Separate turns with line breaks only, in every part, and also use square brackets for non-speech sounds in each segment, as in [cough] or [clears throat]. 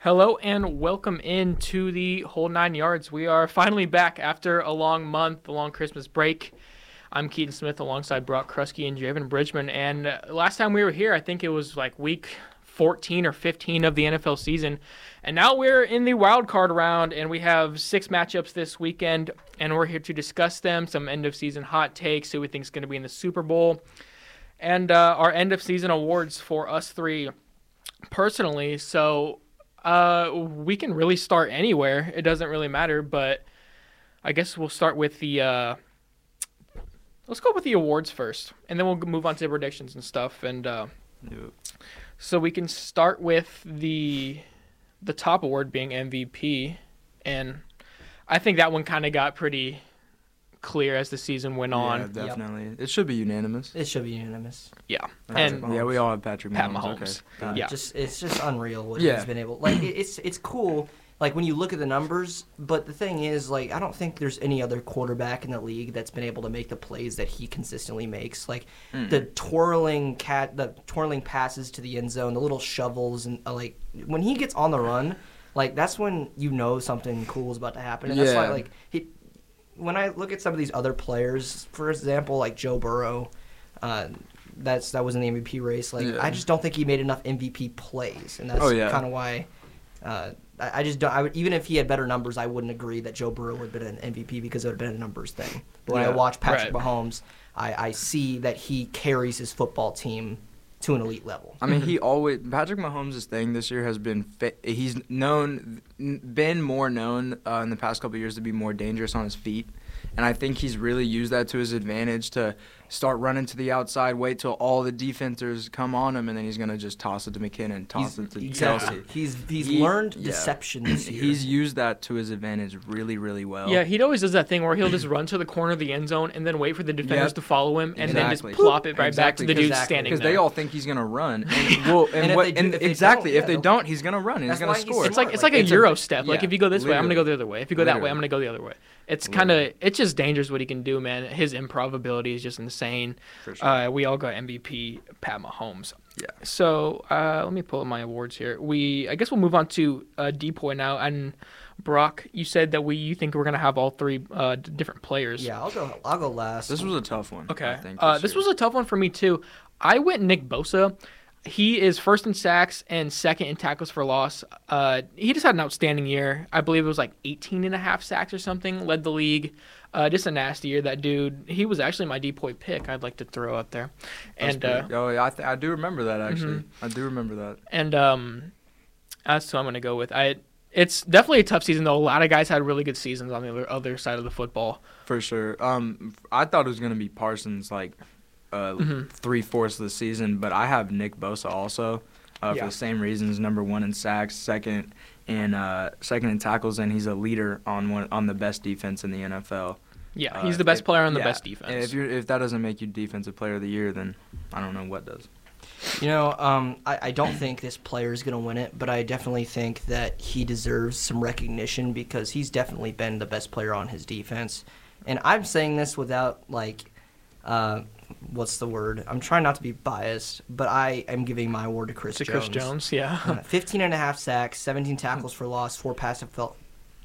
Hello and welcome in to the whole nine yards. We are finally back after a long month, a long Christmas break. I'm Keaton Smith alongside Brock Krusky and Javen Bridgman. And uh, last time we were here, I think it was like week 14 or 15 of the NFL season. And now we're in the wild card round, and we have six matchups this weekend. And we're here to discuss them, some end of season hot takes, who we think is going to be in the Super Bowl, and uh, our end of season awards for us three personally. So uh, we can really start anywhere. It doesn't really matter, but I guess we'll start with the. Uh, let's go with the awards first, and then we'll move on to predictions and stuff. And uh, so we can start with the the top award being MVP, and I think that one kind of got pretty clear as the season went
Yeah,
on.
definitely. It should be unanimous.
It should be unanimous.
Yeah,
Patrick
and
Mahomes.
Yeah, we all have Patrick Mahomes.
Pat Mahomes.
Okay. Uh,
Yeah.
Just it's just unreal what
Yeah.
he's been able. Like it- it's it's cool. Like when you look at the numbers, but the thing is, like I don't think there's any other quarterback in the league that's been able to make the plays that he consistently makes. Like the twirling cat, the twirling passes to the end zone, the little shovels, and uh, like when he gets on the run, like that's when you know something cool is about to happen. And that's why,
Yeah.
like he, when I look at some of these other players, for example, like Joe Burrow, uh, that's that was in the MVP race. Like
Yeah.
I just don't think he made enough MVP plays, and that's
Oh, yeah.
kind of why. Uh, I, I just don't. I would, even if he had better numbers, I wouldn't agree that Joe Burrow would have been an MVP because it would have been a numbers thing. But when I
Yeah.
watch Patrick
Right.
Mahomes, I, I see that he carries his football team to an elite level.
I mean, he always Patrick Mahomes' thing this year has been fa- he's known been more known uh, in the past couple of years to be more dangerous on his feet, and I think he's really used that to his advantage to start running to the outside, wait till all the defenders come on him, and then he's gonna just toss it to McKinnon, toss it to Kelsey.
He's he's
He-
learned
yeah. [clears throat]
deception this year.
He's used that to his advantage really, really well.
Yeah, he always does that thing where he'll just run to the corner of the end zone and then wait for the defenders
Yep.
to follow him and then
Exactly.
just plop it right back to
Exactly.
the dude
Exactly.
standing
Because
there.
they all think he's gonna run, and, well, and,
And if
what,
they do-
and
if they don't,
exactly if
yeah,
they
they'll-
don't, he's gonna run. and He's
That's
gonna
why he's
score.
it's like it's like
It's
a
a-
euro step. Like
yeah,
if you go this way, I'm gonna go
literally.
the other way. If you go that way, I'm
Literally.
gonna go the other way. It's kind of it's just dangerous what he can do, man. His improv ability is just insane.
For sure.
uh, we all got MVP Pat Mahomes.
Yeah.
So uh, let me pull up my awards here. We I guess we'll move on to uh, Depoy now. And Brock, you said that we you think we're gonna have all three uh, d- different players.
yeah, I'll go. I'll go last.
This was a tough one.
Okay.
I think,
uh, this was a tough one for me too. I went Nick Bosa. He is first in sacks and second in tackles for loss. Uh, he just had an outstanding year. I believe it was like 18 and a half sacks or something. Led the league. Uh, just a nasty year. That dude. He was actually my depoy pick. I'd like to throw out there. and uh, Mm-hmm.
oh, yeah, I, th- I do remember that actually. I do remember that.
and um, that's who I'm gonna go with. I. It's definitely a tough season though. A lot of guys had really good seasons on the other, other side of the football.
For sure. Um, I thought it was gonna be Parsons like uh,
Mm-hmm.
three fourths of the season, but I have Nick Bosa also uh,
Yeah.
for the same reasons. Number one in sacks, second in uh, second in tackles, and he's a leader on one on the best defense in the NFL.
Yeah,
Uh,
he's the best
if-
player on the
yeah,
best defense.
And if you if that doesn't make you defensive player of the year, then I don't know what does.
You know, um, I, I don't think this player is going to win it, but I definitely think that he deserves some recognition because he's definitely been the best player on his defense. And I'm saying this without, like, uh, what's the word? I'm trying not to be biased, but I am giving my award to Chris
to Chris
Jones.
Jones, yeah.
[laughs]
Uh, 15 and a half sacks, 17 tackles for loss, four pass defel-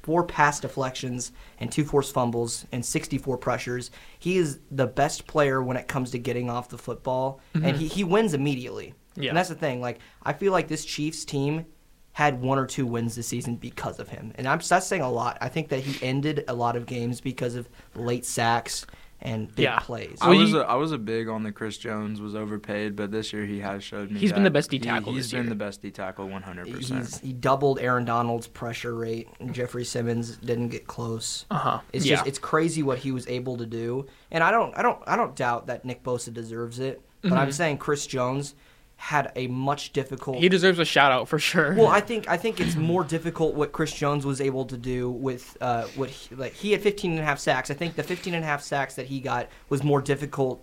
four pass deflections, and two forced fumbles, and 64 pressures. He is the best player when it comes to getting off the football, and he, he wins immediately.
Yeah.
And that's the thing. Like I feel like this Chiefs team had one or two wins this season because of him, and I'm that's saying a lot. I think that he ended a lot of games because of late sacks and big
Yeah.
plays.
Well,
I was
you-
a, I was a big on the Chris Jones was overpaid, but this year he has showed me
He's been the
that
best D
he-
tackle
He's
this
been
year.
the best D tackle 100.
He's,
percent
he doubled Aaron Donald's pressure rate, and Jeffrey Simmons didn't get close.
Uh-huh.
It's
Yeah.
just it's crazy what he was able to do, and I don't I don't I don't doubt that Nick Bosa deserves it, but I'm saying Chris Jones had a much difficult.
Mm-hmm. he deserves a shout out for sure.
well, I think I think it's more difficult what Chris Jones was able to do with uh, what he, like he had 15 and a half sacks. I think the 15 and a half sacks that he got was more difficult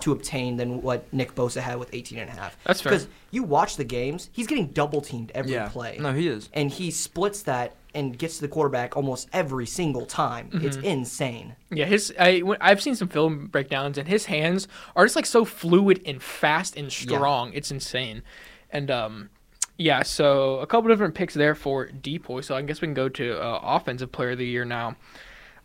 to obtain than what Nick Bosa had with 18 and a half.
That's fair.
Because you watch the games, he's getting double teamed every
Yeah.
play
No, he is.
and he splits that and gets to the quarterback almost every single time. It's
Mm-hmm.
insane.
[laughs] Yeah, his I when- I've seen some film breakdowns, and his hands are just like so fluid and fast and strong. It's insane, and um, Yeah, so a couple different picks there for Depoy. So I guess we can go to uh, offensive player of the year now.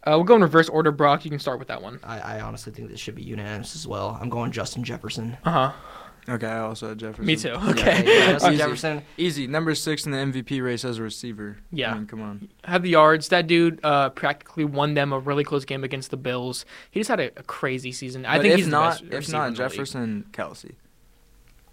Uh, we'll go in reverse order, Brock. You can start with that one.
I, I honestly think this should be unanimous as well. I'm going Justin Jefferson.
Uh
Uh-huh.
huh.
Okay, I also had Jefferson.
Me too.
Yeah,
Okay. [laughs]
yeah, Justin
Easy.
Jefferson.
Easy. Number six in the MVP race as a receiver.
Yeah.
I mean, come on.
Had the yards. That dude uh, practically won them a really close game against the Bills. He just had a, a crazy season. I
But
think
if
he's
not,
the best
if
receiver
not
in the league.
Jefferson, Kelsey.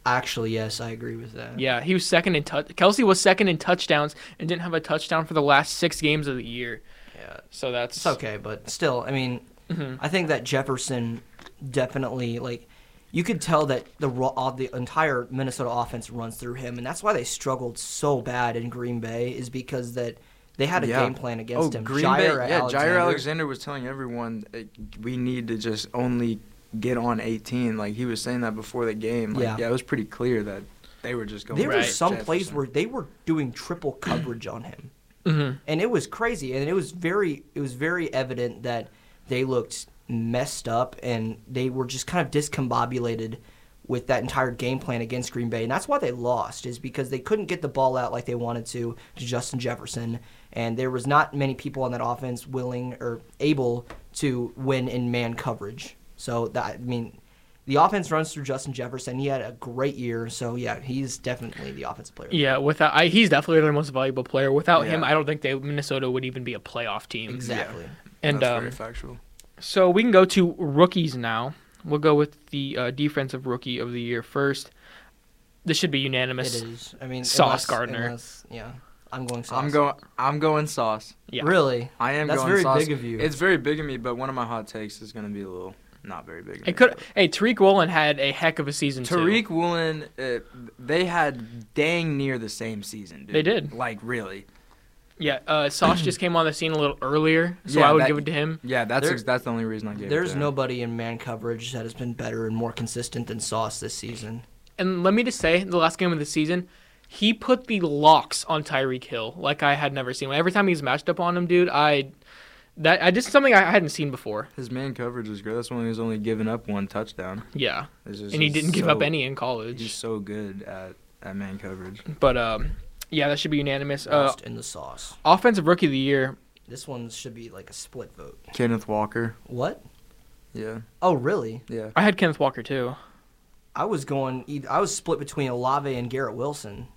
Actually, yes, I agree with that.
Yeah, he was second in touch. Kelsey was second in touchdowns and didn't have a touchdown for the last six games of the year.
Yeah.
So that's
It's okay, but still, I mean,
[laughs] Mhm.
I think that Jefferson definitely like you could tell that the raw uh, the entire Minnesota offense runs through him, and that's why they struggled so bad in Green Bay is because that they had a
Yeah.
game plan against
oh,
him.
Green
Jair
Bay. Yeah,
Alexander,
Jair Alexander was telling everyone eh, we need to just only get on 18. Like he was saying that before the game. Like,
Yeah.
yeah. it was pretty clear that they were just going.
There were
Right.
some plays
Jefferson.
where they were doing triple coverage on him.
Mhm.
and it was crazy and it was very it was very evident that they looked messed up and they were just kind of discombobulated with that entire game plan against Green Bay and that's why they lost is because they couldn't get the ball out like they wanted to to Justin Jefferson and there was not many people on that offense willing or able to win in man coverage so that I mean the offense runs through Justin Jefferson he had a great year so yeah he's definitely the offensive player
Yeah, without I, he's definitely their most valuable player. Without him,
Yeah.
I don't think they Minnesota would even be a playoff team.
exactly
And
That's
um,
very factual.
so we can go to rookies now. We'll go with the uh, defensive rookie of the year first. This should be unanimous.
It is. I mean,
Sauce
unless-
Gardner.
unless- yeah, I'm going sauce.
I'm going. I'm going sauce.
Yeah.
Really?
I am.
That's
going
very
sauce.
big of you.
It's very big of me, but one of my hot takes is going to be a little not very big. Of me,
It could.
but-
Hey, Tariq Woolen had a heck of a season. too.
Tariq Woolen, uh, they had dang near the same season. Dude.
They did.
Like really.
Yeah, uh, Sauce just came on the scene a little earlier, so
Yeah,
I would
that-
give it to him.
Yeah, that's
There-
ex- that's the only reason I gave. it
There's
to him.
nobody in man coverage that has been better and more consistent than Sauce this season.
And let me just say, the last game of the season, he put the locks on Tyreek Hill like I had never seen. Every time he's matched up on him, dude, I that I just something I hadn't seen before.
His man coverage was great. That's when he was only giving up one touchdown.
Yeah,
It's just-
and he
he's
didn't give
so-
up any in
He's
college.
so good at, at man coverage.
But um, yeah, that should be unanimous. Uh,
Lost in the sauce.
offensive rookie of the year.
This one should be like a split vote.
Kenneth Walker.
What?
Yeah,
Oh, really?
yeah.
I had Kenneth Walker too.
I was going. eith- I was split between Olave and Garrett Wilson.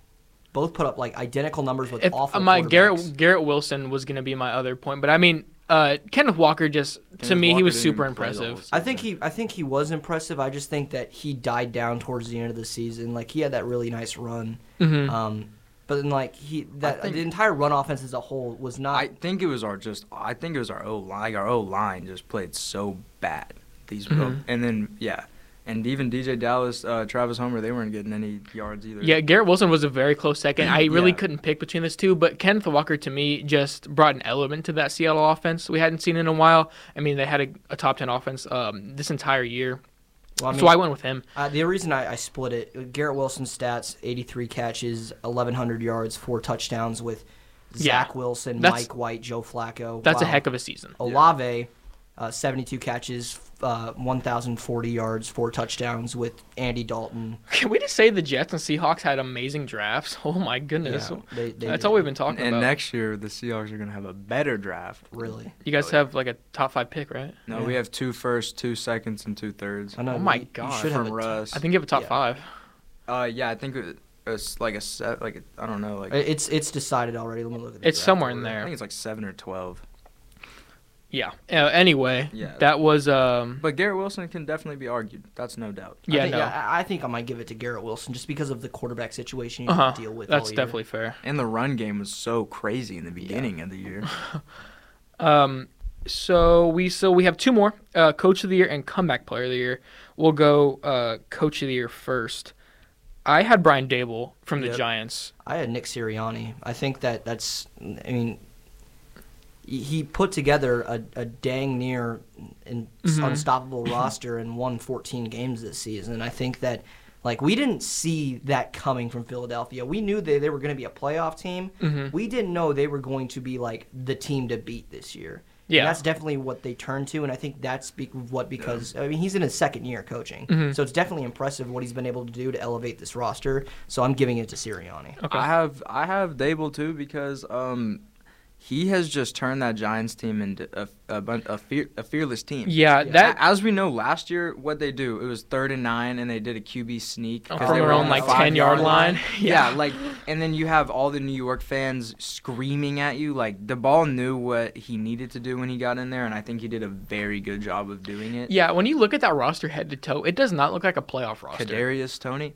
Both put up like identical numbers with
If uh,
awful.
my
quarterbacks.
Garrett Garrett Wilson was gonna be my other point, but I mean, uh, Kenneth Walker just to
Kenneth
me he
Walker
was
didn't
super
even play the whole
impressive.
I think he. I think he was impressive. I just think that he died down towards the end of the season. Like he had that really nice run.
Mhm.
Um, but then like he that
think-
the entire run offense as a whole was not.
I think it was our just. I think it was our O line. Our O line just played so bad. These
Mhm.
and then yeah, and even DJ Dallas, uh, Travis Homer, they weren't getting any yards either.
Yeah, Garrett Wilson was a very close second. I really
Yeah.
couldn't pick between those two, but Kenneth Walker to me just brought an element to that Seattle offense we hadn't seen in a while. I mean, they had a, a top ten offense um, this entire year,
well, I mean,
so I went with him.
uh, the reason I, I split it. Garrett Wilson's stats: eighty-three catches, eleven hundred yards, four touchdowns with
Yeah.
Zach Wilson,
That's-
Mike White, Joe Flacco.
That's a heck of a season. [laughs]
Olave. Uh, 72 catches, uh, 1,040 yards, four touchdowns with Andy Dalton.
Can we just say the Jets and Seahawks had amazing drafts? [laughs] Oh my goodness,
Yeah, they- they
that's
did.
all we've been talking
And
about.
next year the Seahawks are gonna have a better draft.
Really?
you guys
Oh, yeah.
have like a top five pick, right?
No,
Yeah.
we have two firsts, two seconds, and two thirds.
I know.
Oh my
you- you
God.
should have
From
a t-
Russ.
I think you have a top
Yeah.
five.
Uh, yeah, I think it- it's like a set, like a, I don't know, like
It's it's decided already. Let me look at the
It's
draft
somewhere in
order.
I
there.
think it's like seven or twelve.
Yeah. Uh, anyway,
Yeah.
that was um.
But Garrett Wilson can definitely be argued. That's no doubt.
Yeah,
I think,
no,
I, I think I might give it to Garrett Wilson just because of the quarterback situation you
uh-huh.
have to deal with.
That's
all year.
definitely fair.
And the run game was so crazy in the beginning of the year.
Um, so we so we have two more: uh, coach of the year and comeback player of the year. We'll go uh, coach of the year first. I had Brian Dable from the
Yep.
Giants.
I had Nick Sirianni. I think that that's. I mean, he- he put together a, a dang near in,
Mhm.
unstoppable roster and won 14 games this season. I think that. Like we didn't see that coming from Philadelphia. We knew they, they were going to be a playoff team.
Mhm.
We didn't know they were going to be like the team to beat this year.
Yeah.
And that's definitely what they turn to, and I think that's be- what because I mean he's in his second year coaching, so it's definitely impressive what he's been able to do to elevate this roster. So I'm giving it to Sirianni.
Okay.
I have I have Dable too because um, he has just turned that Giants team into a a, bun- a, fear, a fearless team.
yeah,
Yeah.
that
as we know, last year what they do it was third and nine, and they did a QB sneak
Oh, from
because they were
their
on
own
the
like
five
ten yard
yard
line. [laughs]
Yeah. like, and then you have all the New York fans screaming at you. Like, the ball knew what he needed to do when he got in there, and I think he did a very good job of doing it.
Yeah, when you look at that roster head to toe, it does not look like a playoff roster.
Kadarius Tony,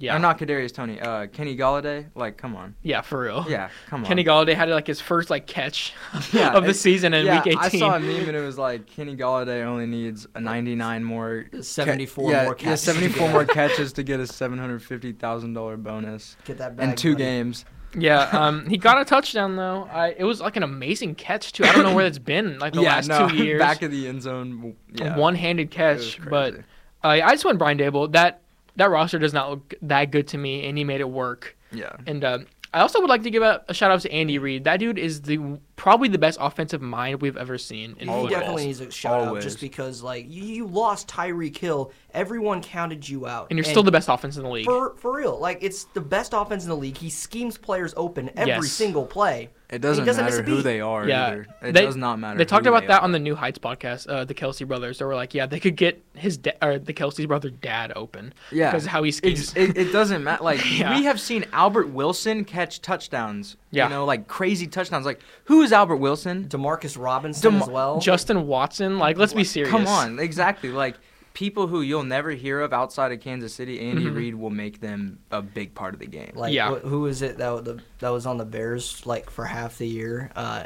Yeah,
no, not Kadarius Tony. Uh, Kenny Galladay. Like, come on.
yeah, for real.
Yeah, come on.
Oh. Kenny Galladay had like his first like catch [laughs]
Yeah,
of the
it-
season in
yeah,
week 18.
I saw a meme and it was like Kenny Galladay only needs a 99 more, ca-
74
yeah,
more
yeah,
catches to
74
get
more
a-
catches to get a 750 thousand dollar bonus
Get that back.
in two
buddy.
games. [laughs]
Yeah, um, he got a touchdown though. I, it was like an amazing catch too. I don't know where that's been like the
yeah,
last
no,
two years.
[laughs] back of the end zone. Yeah,
One-handed
It was
catch, but
crazy.
uh, I just went Brian Dable. That that roster does not look that good to me, and he made it work.
yeah,
And uh, I also would like to give a, a shout out to Andy Reid. That dude is the probably the best offensive mind we've ever seen in
He
football.
definitely needs a shout out
Always.
just because, like, you, you lost Tyreek Hill. Everyone counted you out.
and you're still the best offense in the league.
For, for real. Like, it's the best offense in the league. He schemes players open every
Yes.
single play.
it doesn't,
He doesn't miss
matter
a
who
beat.
they are.
Yeah,
either. it
They-
does not matter.
They talked
who
about
they
that
are.
on the New Heights podcast, uh, the Kelsey brothers. They were like, yeah, they could get his da- or the Kelsey's brother dad open.
Yeah,
because of how he
Ex-
schemes.
It, it doesn't matter. Like
[laughs] Yeah.
we have seen Albert Wilson catch touchdowns.
Yeah.
you know, like crazy touchdowns. Like who is Albert Wilson?
Demarcus Robinson
Demar-
as well.
Justin Watson, like, let's be serious.
Come on, exactly. Like people who you'll never hear of outside of Kansas City, Andy
Mm-hmm.
Reid will make them a big part of the game.
like,
Yeah.
wh- who was it that, wa- the, that was on the Bears, like, for half the year? Uh,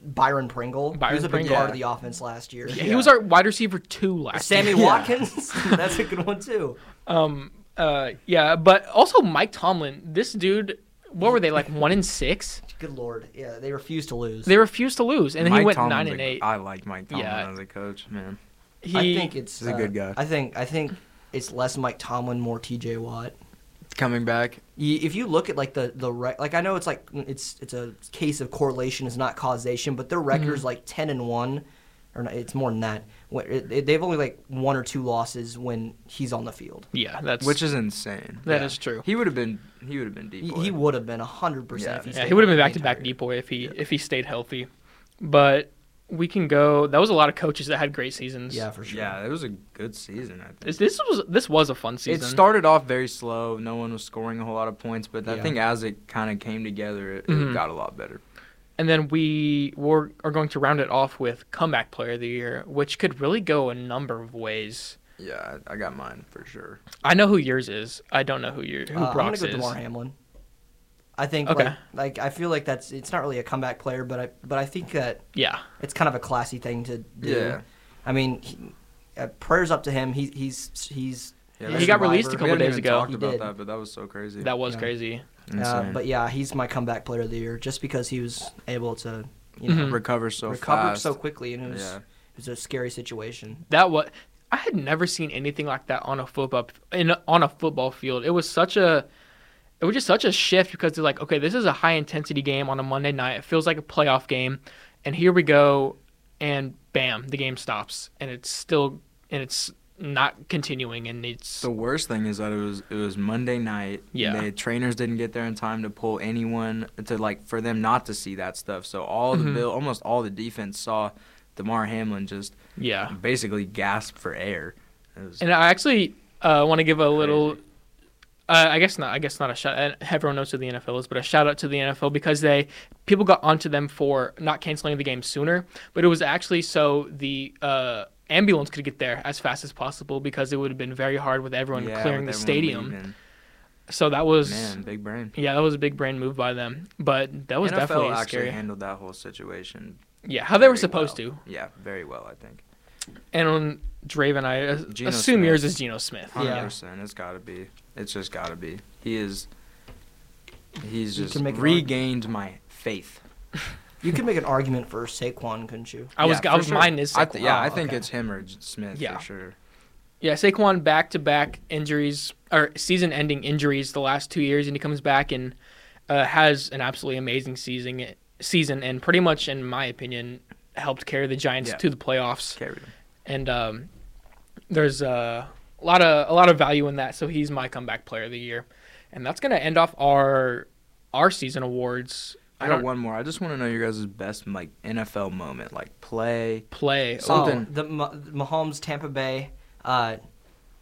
Byron Pringle.
Byron
he was a big
Pringle.
part of the offense last year.
Yeah, He was our wide receiver two last
Sammy
[laughs] year.
Watkins. [laughs] That's a good one, too.
Um, uh, yeah, but also Mike Tomlin. This dude, what were they like one and six?
Good lord. Yeah, they refuse to lose.
They refused to lose, and then
Mike
he went
Tomlin's
nine
a-
and eight.
I like Mike Tomlin
Yeah.
as a coach, man.
He,
I think it's uh,
He's a good guy.
I think I think it's less Mike Tomlin, more T.J. Watt.
Coming back,
Y- If you look at like the the rec- like I know it's like mm, it's it's a case of correlation is not causation, but their
Mm-hmm.
records like ten and one, or not, it's more than that. Wh- it- it- They've only like one or two losses when he's on the field.
yeah, that's
which is insane.
That
That is
is true.
He would have been. He would have been deep.
He, he would have been hundred percent. if
Yeah.
he
yeah,
stayed
he would have been
healthy
back to back
entire-
deep boy if he if he stayed healthy, but we can go. That was a lot of coaches that had great seasons.
Yeah, for sure.
Yeah, it was a good season. I think.
This- this was this was a fun season.
It started off very slow. No one was scoring a whole lot of points, but I
Yeah.
think as it kind of came together, it,
Mhm.
it got a lot better.
And then we were, are going to round it off with comeback player of the year, which could really go a number of ways.
Yeah, I, I got mine for sure.
I know who yours is. I don't know who your who
Uh, I'm gonna
Brock's
go
is.
Damar Hamlin. I think
Okay.
like like I feel like that's it's not really a comeback player, but I but I think that
yeah,
it's kind of a classy thing to do.
Yeah.
I mean, he, uh, prayers up to him. He, he's he's
Yeah,
He
that's-
got released a
we
couple
hadn't
days
even
ago.
Talked
He
about
did.
that, but that was so crazy.
that was
Yeah.
crazy.
Uh,
Insane.
but yeah, he's my comeback player of the year just because he was able to you know
Mm-hmm.
recover so
recover
fast.
so quickly and it was
Yeah.
it was a scary situation.
That was I had never seen anything like that on a football in a, on a football field. It was such a it was just such a shift because they're like, okay, this is a high intensity game on a Monday night. It feels like a playoff game, and here we go, and bam, the game stops, and it's still and it's not continuing, and it's
the worst thing is that it was it was Monday night.
Yeah.
The trainers didn't get there in time to pull anyone to like for them not to see that stuff. So all
Mm-hmm.
the bill, almost all the defense saw Damar Hamlin just
yeah.
basically gasp for air. It was
And I actually uh, want to give a little. Uh, I guess not. I guess not a shout. and Everyone knows who the NFL is, but a shout out to the NFL because they people got onto them for not canceling the game sooner. But it was actually so the uh, ambulance could get there as fast as possible because it would have been very hard with everyone
Yeah,
clearing the
with everyone
stadium.
leaving.
So that was
Man, big brain.
yeah, that was a big brain move by them. But that was
NFL
definitely
actually
scary.
handled that whole situation.
yeah, how they were
very
supposed
well.
to.
Yeah, very well, I think.
And on Draven, I uh,
Geno
assume
Smith.
yours is Geno Smith.
Yeah.
100%. It's got to be. It's just got to be. He is. He's
You
just
can make an
regained my faith.
You could make an argument for Saquon, couldn't you?
I was
Yeah,
I
for
was
sure.
mine is
I th-
Saquon.
yeah,
Oh,
I think
okay.
it's him or J- Smith
Yeah.
for sure.
Yeah, Saquon back to back injuries or season ending injuries the last two years, and he comes back and uh, has an absolutely amazing season. Season and pretty much, in my opinion, helped carry the Giants
Yeah.
to the playoffs.
Carry them.
and um, there's uh, a lot of a lot of value in that. So he's my comeback player of the year, and that's gonna end off our our season awards. uh,
I got one more. I just want to know your guys' best like NFL moment, like play.
play.
So- Something.
Oh, the Ma- Mahomes Tampa Bay uh,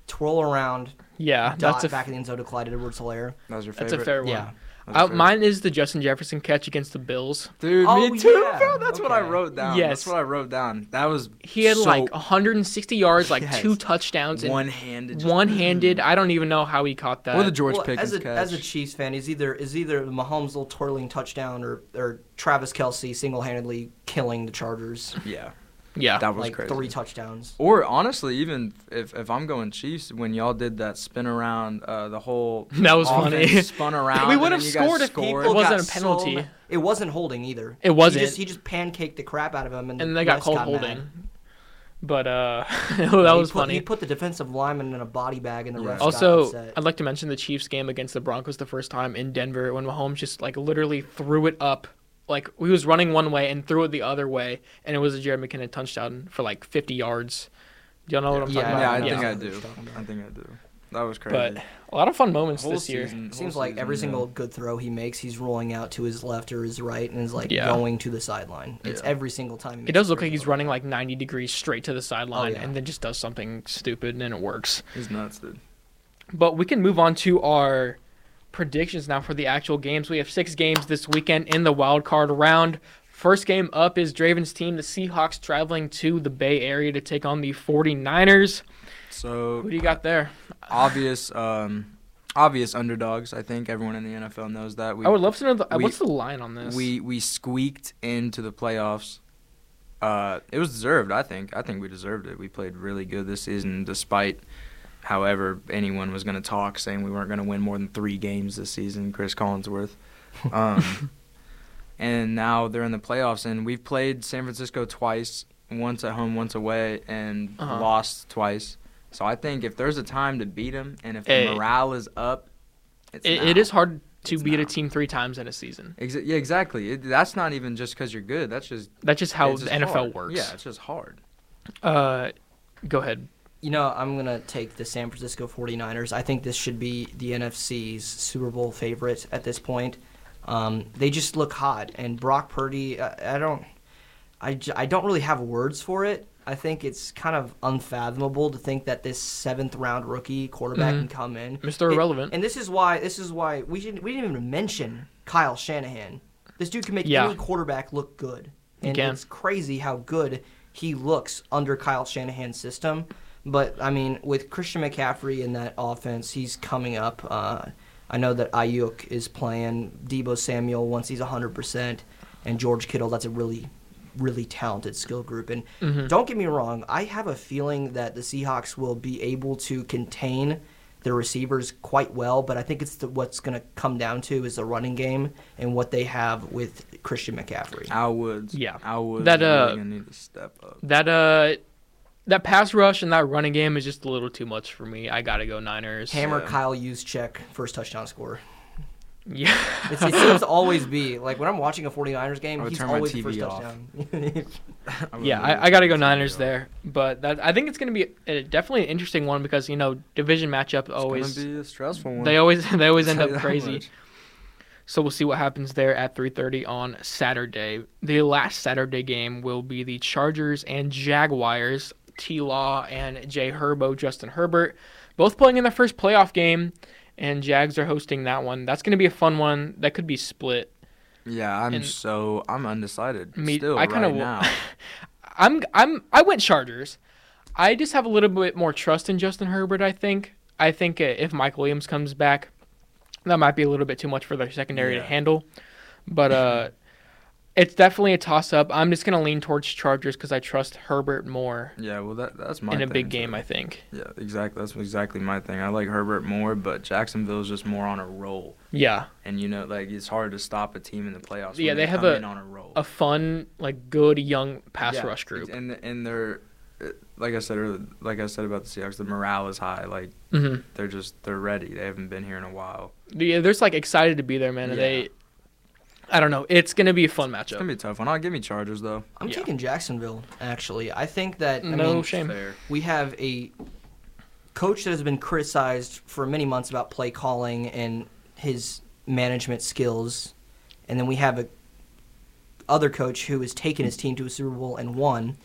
twirl around
yeah,
dot
that's a
back in the end zone to Clyde Edwards Hilaire.
That was your favorite.
that's a fair one.
Yeah.
That was
Uh,
your favorite.
mine is the Justin Jefferson catch against the Bills.
Dude,
Oh,
me too,
yeah.
bro. That's what I
Okay.
wrote down.
Yes.
That's what I wrote down. That was
He had
so
like 160 yards, like
Yes.
two touchdowns, and
one-handed. just- Mm-hmm.
one-handed. uh, I don't even know how he caught that.
Or the George
Well,
Pickens
as a
catch.
as a Chiefs fan, is either is either Mahomes little twirling touchdown or or Travis Kelsey single handedly killing the Chargers
yeah,
yeah,
that was
like
crazy.
three touchdowns.
Or honestly, even if, if I'm going Chiefs, when y'all did that spin around, uh, the whole
[laughs] That was funny.
offense spun around.
We
and
would
then
have
you guys
scored if
scored.
people- It wasn't
got
a penalty.
uh, so ma- it wasn't holding either.
It wasn't.
He just, he just pancaked the crap out of him, and, the
and they got
refs
called
mad.
holding. But uh, [laughs] that was
he put,
funny.
He put the defensive lineman in a body bag, and the
Yeah.
refs got
Also,
upset.
I'd like to mention the Chiefs game against the Broncos the first time in Denver when Mahomes just like literally threw it up. Like he was running one way and threw it the other way, and it was a Jared McKinnon touchdown for like 50 yards. Do y'all know what I'm
Yeah,
talking
yeah, I
about?
think I
Yeah.
do. I think I do. That was crazy.
But a lot of fun moments
Whole
this year.
season-
It
whole
seems like every
season, yeah.
single good throw he makes, he's rolling out to his left or his right, and is like
Yeah.
going to the sideline. It's
Yeah.
every single time. He
It
makes
does
a
look
free
like he's
throw.
running like 90 degrees straight to the sideline
Oh,
yeah.
and then just does something stupid and it works.
He's nuts, dude.
But we can move on to our predictions now for the actual games. We have six games this weekend in the wild card round. First game up is Draven's team, the Seahawks, traveling to the Bay Area to take on the 49ers.
So
Who do you got there?
obvious, um, obvious underdogs. I think everyone in the NFL knows that. We,
I would love to know the, uh,
we-
what's the line on this.
We we squeaked into the playoffs. Uh, it was deserved. I think. I think we deserved it. We played really good this season, despite however anyone was going to talk, saying we weren't going to win more than three games this season. Chris Collinsworth.
[laughs]
Um, and now they're in the playoffs, and we've played San Francisco twice, once at home, once away, and
Uh-huh.
lost twice. So I think if there's a time to beat them, and if
Hey.
the morale is up, it's
It-
now.
it is hard to
It's
beat a
now.
team three times in a season.
Exa- yeah, exactly. It, that's not even just because you're good. That's just
That's just how
it's
the
just
NFL
hard.
works.
Yeah, it's just hard.
Uh, go ahead.
You know, I'm going to take the San Francisco 49ers. I think this should be the NFC's Super Bowl favorite at this point. Um, they just look hot. And Brock Purdy, I, I don't. I, j- I don't really have words for it. I think it's kind of unfathomable to think that this seventh round rookie quarterback can come in,
Mr.
It-
Mm-hmm. Irrelevant.
and this is why this is why we didn't we didn't even mention Kyle Shanahan. This dude can make
Yeah.
any quarterback look good, and
can.
it's crazy how good he looks under Kyle Shanahan's system. But I mean, with Christian McCaffrey in that offense, he's coming up. Uh, I know that Ayuk is playing Debo Samuel once he's 100%, and George Kittle. That's a really, really talented skill group. And don't get me wrong, I have a feeling that the Seahawks will be able to contain the receivers quite well, but I think it's the, what's going to come down to is the running game and what they have with Christian McCaffrey.
Al Woods.
Yeah.
Al Woods.
That,
That
uh,
really gonna need to step
[laughs]
up.
That uh, that pass rush and that running game is just a little too much for me. I gotta go Niners.
Hammer
Yeah.
Kyle Juszczyk first touchdown score.
[laughs] Yeah.
It's, it seems to always be like when I'm watching a 49ers game,
I would
he's
turn my
always the
TV
first
off.
touchdown. [laughs]
I'm
Yeah,
gonna
I, I got to go
really-
Niners there, but that I think it's going to be a, definitely an interesting one because you know division matchup
It's
always
gonna be a stressful one.
they always [laughs] they always end
[laughs] Tell
up
you that
crazy.
much.
So we'll see what happens there at 3:30 on Saturday. The last Saturday game will be the Chargers and Jaguars. T. Law and Jay Herbo, Justin Herbert, both playing in their first playoff game, and Jags are hosting that one. That's going to be a fun one. That could be split.
Yeah, I'm
And-
so I'm undecided.
Me-
Still,
I kinda
right
wa- [laughs]
now.
I'm I'm I went Chargers. I just have a little bit more trust in Justin Herbert. I think I think uh, if Mike Williams comes back, that might be a little bit too much for their secondary to
Yeah.
handle. But uh, it's definitely a toss up. I'm just gonna lean towards Chargers because I trust Herbert more
Yeah, well, that that's my
in a
thing,
big
too.
game. I think.
Yeah, exactly. That's exactly my thing. I like Herbert more, but Jacksonville's just more on a roll,
Yeah,
and you know, like it's hard to stop a team in the playoffs.
Yeah,
when
they have
come
a-
in on a roll.
a fun, like good young pass
Yeah,
rush group.
And and they're uh, like I said earlier, like I said about the Seahawks, the morale is high. Like
hmm
they're just they're ready. They haven't been here in a while.
Yeah, they're just like excited to be there, man. And
Yeah.
they I don't know. It's going to be a fun
It's gonna
matchup.
be a tough one. I'll give me Chargers though.
I'm
Yeah.
taking Jacksonville. Actually, I think that I
No
mean,
shame.
Fair.
we have a coach that has been criticized for many months about play calling and his management skills, and then we have a other coach who has taken his team to a Super Bowl and won.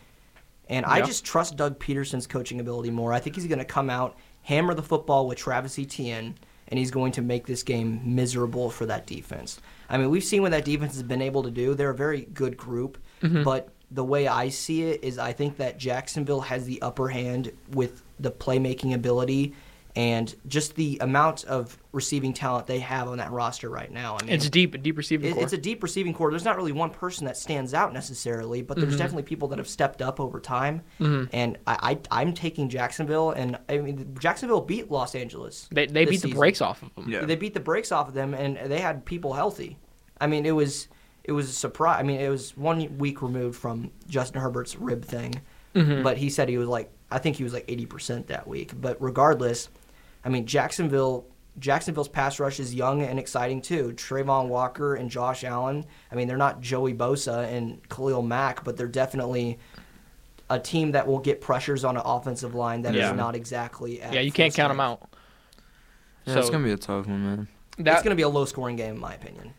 And I
Yeah.
just trust Doug Peterson's coaching ability more. I think he's going to come out, hammer the football with Travis Etienne, and he's going to make this game miserable for that defense. I mean, we've seen what that defense has been able to do. They're a very good group,
Mm-hmm.
but the way I see it is I think that Jacksonville has the upper hand with the playmaking ability and just the amount of receiving talent they have on that roster right now. I mean,
It's deep, a deep receiving
it,
core.
it's a deep receiving core. There's not really one person that stands out necessarily, but
Mm-hmm.
there's definitely people that have stepped up over time. And I, I, I'm taking Jacksonville, and I mean Jacksonville beat Los Angeles.
they they
this
beat the
season.
brakes off of them.
Yeah.
They beat the brakes off of them, and they had people healthy. I mean, it was it was a surprise. I mean, it was one week removed from Justin Herbert's rib thing, but he said he was like I think he was like 80% that week. But regardless, I mean Jacksonville Jacksonville's pass rush is young and exciting too. Trayvon Walker and Josh Allen. I mean, they're not Joey Bosa and Khalil Mack, but they're definitely a team that will get pressures on an offensive line that is
Yeah.
not exactly. At
Yeah, you
full
can't count them
strength.
out.
Yeah,
so
it's gonna be a tough one, man.
that,
it's going to be a low scoring game, in my opinion.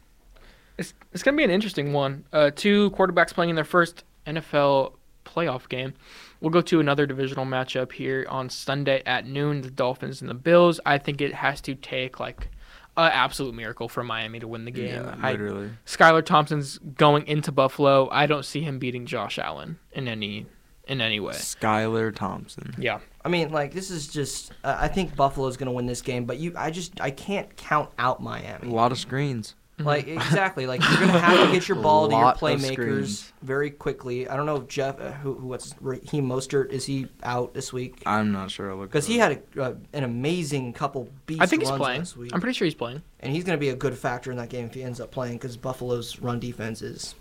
It's, it's going to be an interesting one. Uh, two quarterbacks playing in their first NFL playoff game. We'll go to another divisional matchup here on Sunday at noon the Dolphins and the Bills. I think it has to take like an absolute miracle for Miami to win the game.
Yeah,
I,
literally.
Skylar Thompson's going into Buffalo. I don't see him beating Josh Allen in any in any way.
Skylar Thompson.
Yeah.
I mean, like this is just. Uh, I think Buffalo's going to win this game, but you, I just, I can't count out
A
Miami.
lot of screens.
mm-hmm.
Like exactly, like you're going to have to
[laughs]
get your ball to your
Lot of
playmakers
screens.
very quickly. I don't know if Jeff, uh, who, who- what's Raheem Mostert, is he out this week?
I'm not sure. I'll look.
Because
it
he
up.
had a, uh, an amazing couple beast
I think he's
runs
playing.
last week,
I'm pretty sure he's playing.
and he's going to be a good factor in that game if he ends up playing. Because Buffalo's run defense is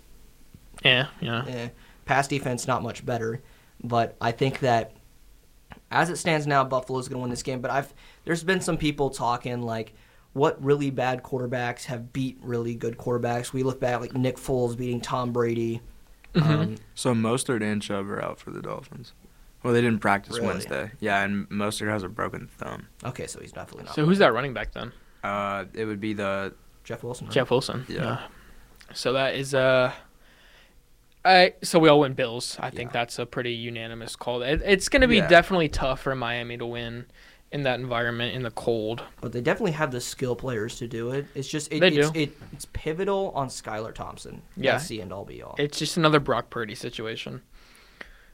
Yeah, yeah.
eh, pass defense not much better. But I think that as it stands now, Buffalo's going to win this game. But I've there's been some people talking like what really bad quarterbacks have beat really good quarterbacks. We look back like Nick Foles beating Tom Brady.
Mm-hmm.
Um,
So Mostert and Chubb are out for the Dolphins. Well, they didn't practice
Really?
Wednesday. Yeah, and Mostert has a broken thumb.
okay, so he's definitely not.
So who's that running back then?
Uh, it would be the
Jeff Wilson. right?
Jeff Wilson.
Yeah.
So that is uh I so we all went Bills. I think that's a pretty unanimous call. It, it's going to be
Yeah.
definitely tough for Miami to win in that environment in the cold.
But they definitely have the skill players to do it. It's just it,
They
it's,
do.
It, it's pivotal on Skylar Thompson.
Yeah.
That's the end all be all.
It's just another Brock Purdy situation.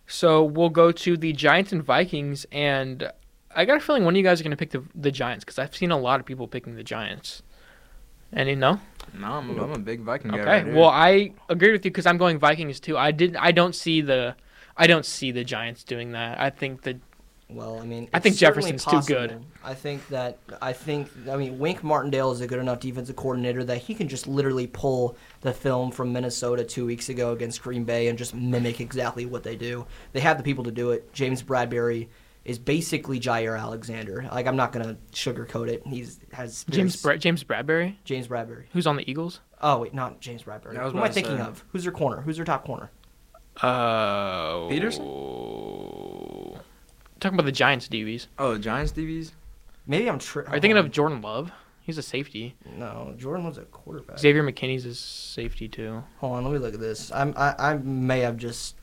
So we'll go to the Giants and Vikings and I got a feeling one of you guys are going to pick the the Giants cuz I've seen a lot of people picking the Giants. Any no?
no. I'm, I'm a big Viking guy.
Okay.
right here.
well, I agree with you because I'm going Vikings too. I didn't. I don't see the. I don't see the Giants doing that. I think the
Well, I mean,
I think
it's certainly
Jefferson's too good.
possible. I think that I think I mean Wink Martindale is a good enough defensive coordinator that he can just literally pull the film from Minnesota two weeks ago against Green Bay and just mimic exactly what they do. They have the people to do it. James Bradbury is basically Jair Alexander. Like I'm not gonna sugarcoat it. He's has very
James
s-
Bra- James Bradbury,
James Bradbury.
who's on the Eagles.
Oh wait, not James Bradbury.
I was
Who am I
about to
thinking
say.
of? Who's their corner? Who's their top corner?
Oh.
Peterson?
Talking about the Giants DBs.
Oh, Giants DBs.
Maybe I'm. Tri- oh,
Are you thinking
Oh.
of Jordan Love? He's a safety.
No, Jordan was a quarterback.
Xavier McKinney's a safety too.
Hold on, let me look at this. I'm, I I may have just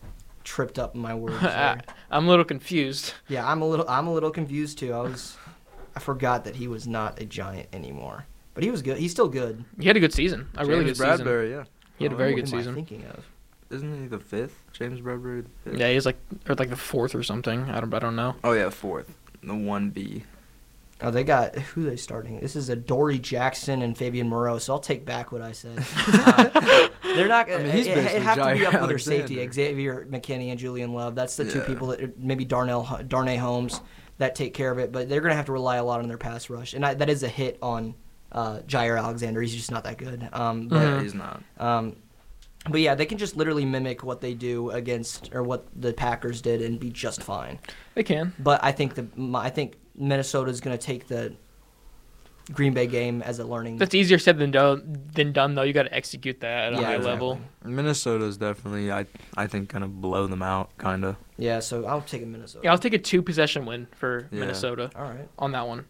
tripped up my
[laughs]
words. there.
I'm a little confused.
yeah, I'm a little I'm a little confused too. I was I forgot that he was not a giant anymore. But he was good. He's still good.
He had a good season. A really good
James
season.
Bradbury.
He had a
Oh,
very
What
good
am I
season.
thinking of
Yeah. Isn't he the fifth? James Bradbury. The fifth?
Yeah, he's like or like the fourth or something. I don't. I don't know.
Oh yeah, fourth. The one B. [laughs]
Oh, they got who are they starting? This is a Dory Jackson and Fabian Moreau. So I'll take back what I said. Uh, [laughs] they're not.
I mean,
it,
he's
it,
basically
it'd have to be
Jair
up with their safety,
Alexander.
Xavier McKinney and Julian Love. That's the two
Yeah.
people that maybe Darnell Darnay Holmes that take care of it. But they're gonna have to rely a lot on their pass rush, and I, that is a hit on uh, Jair Alexander. He's just not that good. Um, but
Uh-huh.
Yeah, he's not.
um, but yeah, they can just literally mimic what they do against or what the Packers did and be just fine.
They can.
But I think the my- I think Minnesota's going to take the Green Bay game as a
Mm.
learning.
That's easier said than done. Than done though. You got to execute that at a
Yeah,
high
exactly.
level.
Minnesota's definitely, I I think, gonna blow them out, kind of.
yeah, so I'll take a Minnesota.
Yeah, I'll take a two possession win for
Yeah.
Minnesota
All right.
on that one,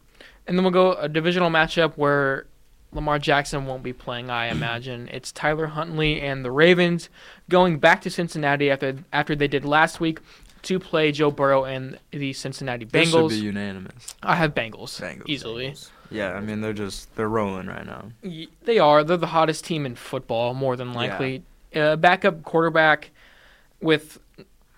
and then we'll go a divisional matchup where Lamar Jackson won't be playing.
[clears throat]
I imagine it's Tyler Huntley and the Ravens going back to Cincinnati after after they did last week to play Joe Burrow and the Cincinnati
This should
Bengals.
be unanimous.
I have Bengals,
Bengals.
easily.
Yeah, I mean they're just they're rolling right now.
Y- They are. They're the hottest team in football, more than likely. Uh, backup quarterback with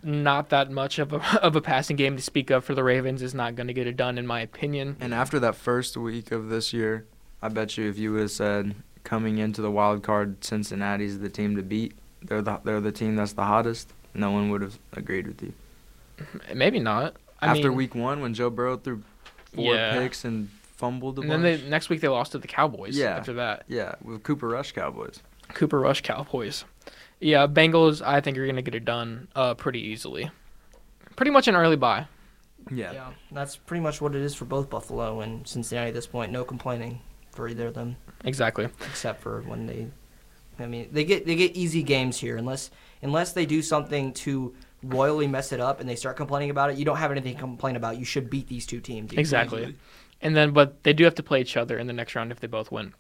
not that much of a, [laughs] of a passing game to speak of for the Ravens is not going to get it done, in my opinion.
And after that first week of this year, I bet you if you would have said coming into the wild card, Cincinnati's the team to beat. They're the they're the team that's the hottest. No one would have agreed with you.
Maybe not. I
after
mean,
week one, when Joe Burrow threw four
Yeah.
picks and fumbled a
and
bunch.
then they, next week they lost to the Cowboys.
Yeah.
After that,
yeah, with Cooper Rush Cowboys.
Cooper Rush Cowboys. Yeah, Bengals. I think are going to get it done uh, pretty easily. Pretty much an early buy.
Yeah.
Yeah. that's pretty much what it is for both Buffalo and Cincinnati at this point. No complaining for either of them,
Exactly.
except for when they, I mean, they get they get easy games here unless unless they do something to royally mess it up and they start complaining about it. You don't have anything to complain about. You should beat these two teams. easily.
Exactly. And then, but they do have to play each other in the next round if they both win.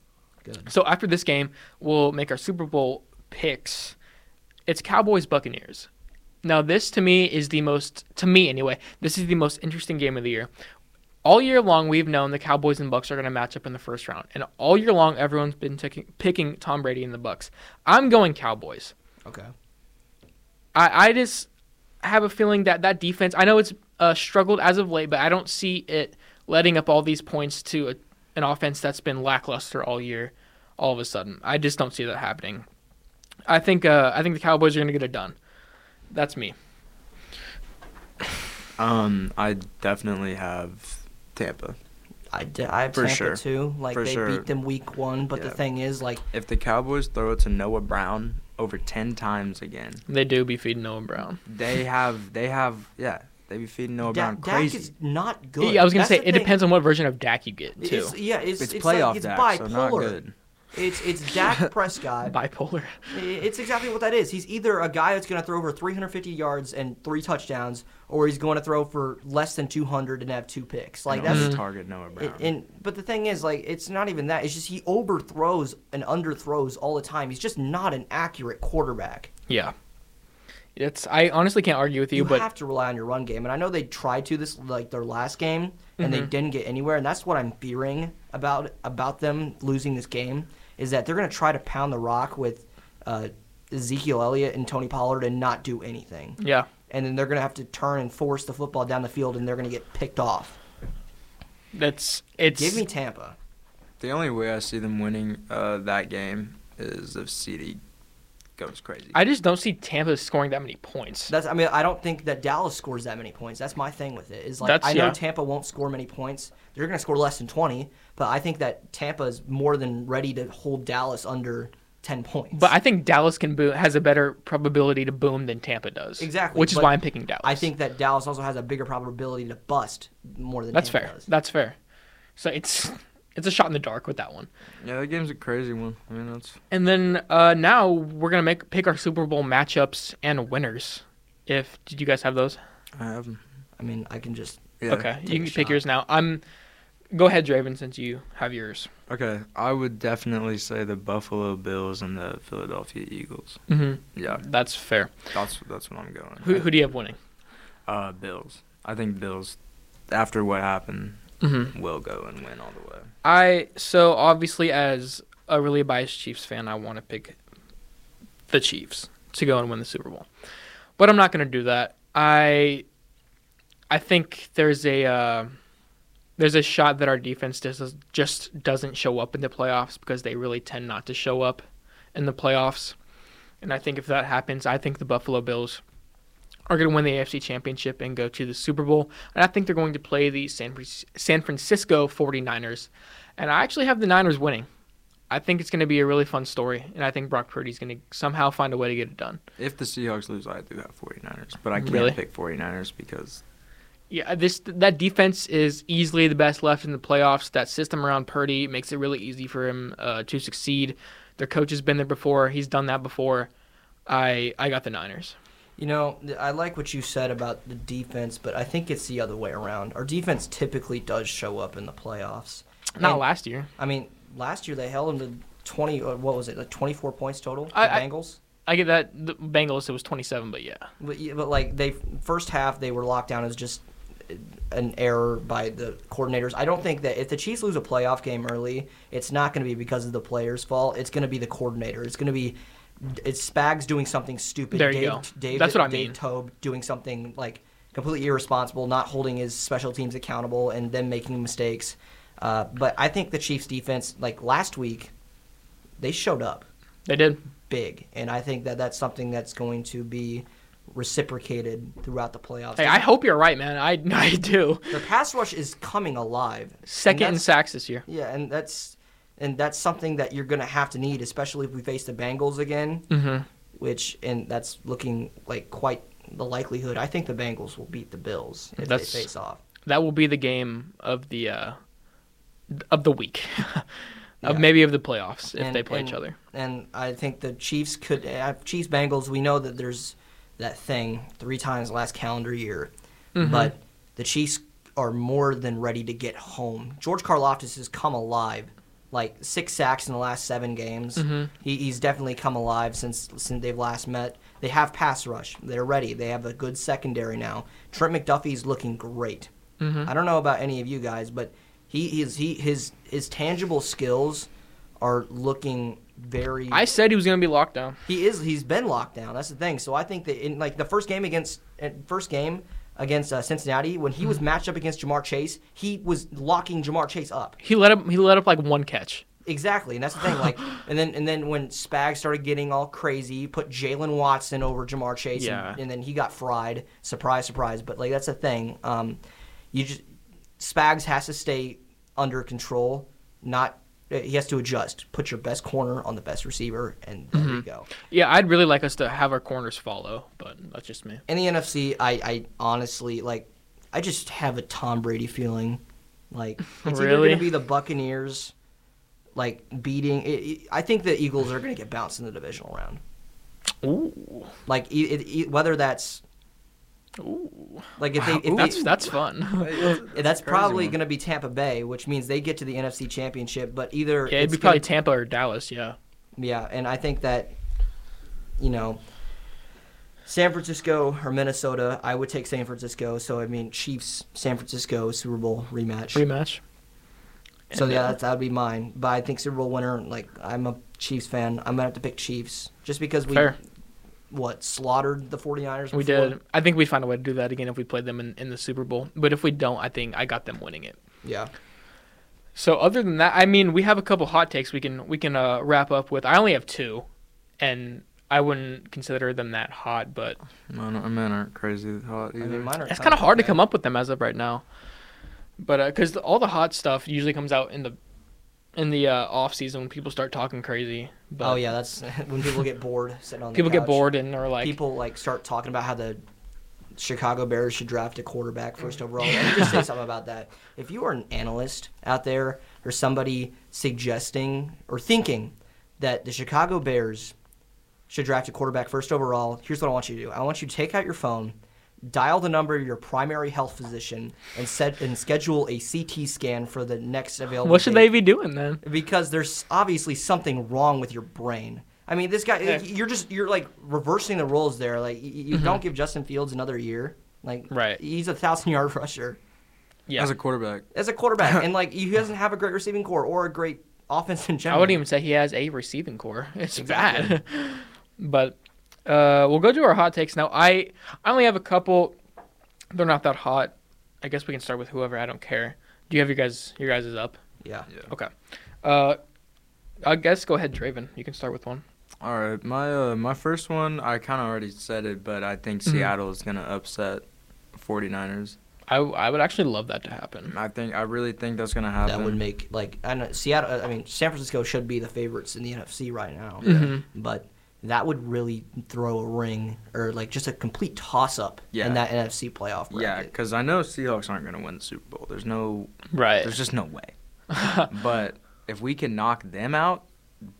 Good.
So after this game, we'll make our Super Bowl picks. It's Cowboys Buccaneers. Now this to me is the most to me anyway. This is the most interesting game of the year. All year long, we've known the Cowboys and Bucks are going to match up in the first round, and all year long, everyone's been taking picking Tom Brady and the Bucks. I'm going Cowboys.
Okay.
I, I just have a feeling that that defense. I know it's uh, struggled as of late, but I don't see it letting up all these points to a, an offense that's been lackluster all year. All of a sudden, I just don't see that happening. I think uh, I think the Cowboys are going to get it done. That's me.
Um, I definitely have Tampa.
I, d- I have
For
Tampa
sure.
too. Like
For
they
sure.
beat them week one, but
Yeah.
the thing is, like,
If the Cowboys throw it to Noah Brown over ten times again,
They do be feeding Noah Brown. [laughs]
they have they have yeah they be feeding Noah
da-
Brown Oh, crazy.
Dak is not good.
Yeah, I was going to say
That's the
it
thing.
depends on what version of Dak you get too.
It's, yeah, it's,
it's,
it's,
playoff
like, it's
Dak,
bipolar.
so not good. [laughs]
It's it's Dak Prescott.
Bipolar. [laughs]
I- It's exactly what that is. He's either a guy that's going to throw over 350 yards and three touchdowns, or he's going to throw for less than 200 and have two picks. Like
No one
Mm-hmm.
that's.
can target Noah Brown.
it- and but the thing is, like, it's not even that. It's just he overthrows and underthrows all the time. He's just not an accurate quarterback.
Yeah. It's I honestly can't argue with you,
You
but
have to rely on your run game, and I know they tried to this like their last game, and
Mm-hmm.
they didn't get anywhere. And that's what I'm fearing about about them losing this game is that they're going to try to pound the rock with uh, Ezekiel Elliott and Tony Pollard and not do anything.
yeah.
and then they're going to have to turn and force the football down the field, and they're going to get picked off.
That's it's
Give me Tampa.
the only way I see them winning uh, that game is if CD goes crazy.
I just don't see Tampa scoring that many points.
That's. I mean, I don't think that Dallas scores that many points. That's my thing with it. Is like
That's-
I know
yeah.
Tampa won't score many points. They're going to score less than twenty, but I think that Tampa is more than ready to hold Dallas under ten points.
But I think Dallas can boom has a better probability to boom than Tampa does.
Exactly,
Which is
but
why I'm picking Dallas.
I think that Dallas also has a bigger probability to bust more than
that's
Tampa
fair.
does.
That's fair. So it's it's a shot in the dark with that one.
yeah, that game's a crazy one. I mean, that's
And then uh, now we're gonna make pick our Super Bowl matchups and winners. If did you guys have those?
I have. 'em.
I mean, I can just.
Yeah.
okay,
take
you can
a
pick
shot.
yours now. I'm go ahead, Draven, since you have yours.
Okay, I would definitely say the Buffalo Bills and the Philadelphia Eagles.
Mm-hmm.
Yeah,
That's fair.
that's that's what I'm going.
Who who do you have winning?
Uh, Bills. I think Bills, after what happened,
Mm-hmm.
will go and win all the way.
I so obviously as a really biased Chiefs fan, I want to pick the Chiefs to go and win the Super Bowl, but I'm not going to do that. I I think there's a uh, there's a shot that our defense just just doesn't show up in the playoffs because they really tend not to show up in the playoffs, and I think if that happens, I think the Buffalo Bills are going to win the AFC Championship and go to the Super Bowl. And I think they're going to play the San, Fris- San Francisco 49ers. And I actually have the Niners winning. I think it's going to be a really fun story. And I think Brock Purdy's going to somehow find a way to get it done.
If the Seahawks lose, I do have 49ers, but I can't
Really?
[laughs]
pick 49ers because
Yeah, this that defense is easily the best left in the playoffs. That system around Purdy makes it really easy for him uh, to succeed. Their coach has been there before; he's done that before. I I got the Niners.
You know, th- I like what you said about the defense, but I think it's the other way around. Our defense typically does show up in the playoffs.
Not
And-
last year.
I mean, last year they held them to 20, uh, what was it, like 24 points total?
I-
the
I-
Bengals?
I get that the Bengals. It was twenty seven, but yeah,
But, yeah, but like, they first half, they were locked down as just an error by the coordinators. I don't think that if the Chiefs lose a playoff game early, it's not going to be because of the players' fault. It's going to be the coordinator. It's going to be it's Spags doing something stupid.
There you
Dave,
go.
Dave,
That's what I
Dave
mean.
Tobe doing something like completely irresponsible, not holding his special teams accountable, and them making mistakes. Uh, but I think the Chiefs' defense, like last week, they showed up
they did.
big, and I think that that's something that's going to be reciprocated throughout the playoffs.
Hey, I hope you're right, man. I [laughs] I do.
The pass rush is coming alive. and
Second in
that's-
sacks this year.
Yeah, and that's and that's something that you're going to have to need, especially if we face the Bengals again,
Mm-hmm.
which and that's looking like quite the likelihood. I think the Bengals will beat the Bills if
That's-
they face off.
That will be the game of the uh, of the week, [laughs] of
Yeah.
maybe of the playoffs if
And-
they play each
and-
other.
And I think the Chiefs could uh, Chiefs Bengals. We know that there's that thing three times last calendar year,
Mm-hmm.
but the Chiefs are more than ready to get home. George Karloftis has come alive, like six sacks in the last seven games.
Mm-hmm.
He, he's definitely come alive since since they've last met. They have pass rush. They're ready. They have a good secondary now. Trent McDuffie's looking great.
Mm-hmm.
I don't know about any of you guys, but he is he his his tangible skills are looking very.
I said he was going to be locked down.
he is he's been locked down. That's the thing. So I think that in like the first game against uh, first game against uh, Cincinnati when he was matched up against Jamar Chase, he was locking Jamar Chase up.
He let up. He let up like one catch.
Exactly, and that's the thing. Like, and then and then when Spag started getting all crazy, he put Jalen Watson over Jamar Chase, and-
Yeah.
and, then he got fried. Surprise, surprise. But like that's the thing. Um, you just Spags has to stay under control. Not eh, he has to adjust. Put your best corner on the best receiver, and there you go.
Yeah, I'd really like us to have our corners follow, but that's just me.
In the NFC, I, I honestly like. I just have a Tom Brady feeling.
[laughs]
Like it's either
Really?
going to be the Buccaneers, like beating. It, it- I think the Eagles are going to get bounced in the divisional round.
Ooh,
Like e it, e whether that's
ooh,
like if they if
that's
they,
that's
[laughs]
fun.
that's, probably going to be Tampa Bay, which means they get to the NFC Championship. But either
[laughs] Yeah, it'd
it's
be
gonna-
probably Tampa or Dallas. Yeah,
yeah, and I think that you know. San Francisco or Minnesota, I would take San Francisco. So I mean, Chiefs, San Francisco Super Bowl rematch.
rematch.
So yeah, that's, that would be mine. But I think Super Bowl winner. Like I'm a Chiefs fan. I'm gonna have to pick Chiefs just because we
Fair.
what slaughtered the 49ers.
We
before?
did. I think we find a way to do that again if we played them in, in the Super Bowl. But if we don't, I think I got them winning it.
Yeah.
So other than that, I mean, we have a couple hot takes we can we can uh, wrap up with. I only have two, and I wouldn't consider them that hot, but
Mine, aren't- mine aren't crazy hot
I
either.
mean, mine are
it's kind of hard to come up with them as of right now. But because all the hot stuff usually comes out in the in the uh, off season when people start talking crazy. But
Oh yeah, that's [laughs] when people get bored sitting on. The
people get
couch.
bored and are like,
people like start talking about how the Chicago Bears should draft a quarterback first overall. Let me just say
[laughs]
something about that. If you are an analyst out there or somebody suggesting or thinking that the Chicago Bears should draft a quarterback first overall, here's what I want you to do. I want you to take out your phone, dial the number of your primary health physician, and set and schedule a CT scan for the next available.
what should
date
they be doing then?
because there's obviously something wrong with your brain. I mean, this guy,
Yeah. Mm-hmm.
you're just you're like reversing the roles there. Like you, you don't give Justin Fields another year. Like
Right.
he's a thousand yard rusher
Yeah,
As a quarterback,
as a
[laughs]
quarterback, and like he doesn't have a great receiving core or a great offense in
I
general.
wouldn't even say he has a receiving core. [laughs] It's bad. [laughs] but uh, we'll go to our hot takes now. I I only have a couple. They're not that hot. I guess we can start with whoever. I don't care. Do you have your guys? Your guys is up.
Yeah.
Okay. Uh, I guess go ahead, Draven. You can start with one.
all right. My uh, my first one, I kind of already said it, but I think
Mm-hmm.
Seattle is gonna upset 49ers.
I, I would actually love that to happen.
I think I really think that's gonna happen.
That would make like I know Seattle. I mean, San Francisco should be the favorites in the NFC right now,
Mhm.
but that would really throw a ring or like just a complete toss up
Yeah.
in that NFC playoff bracket.
Yeah, because I know Seahawks aren't going to win the Super Bowl. There's no,
Right.
there's just no way. but if we can knock them out,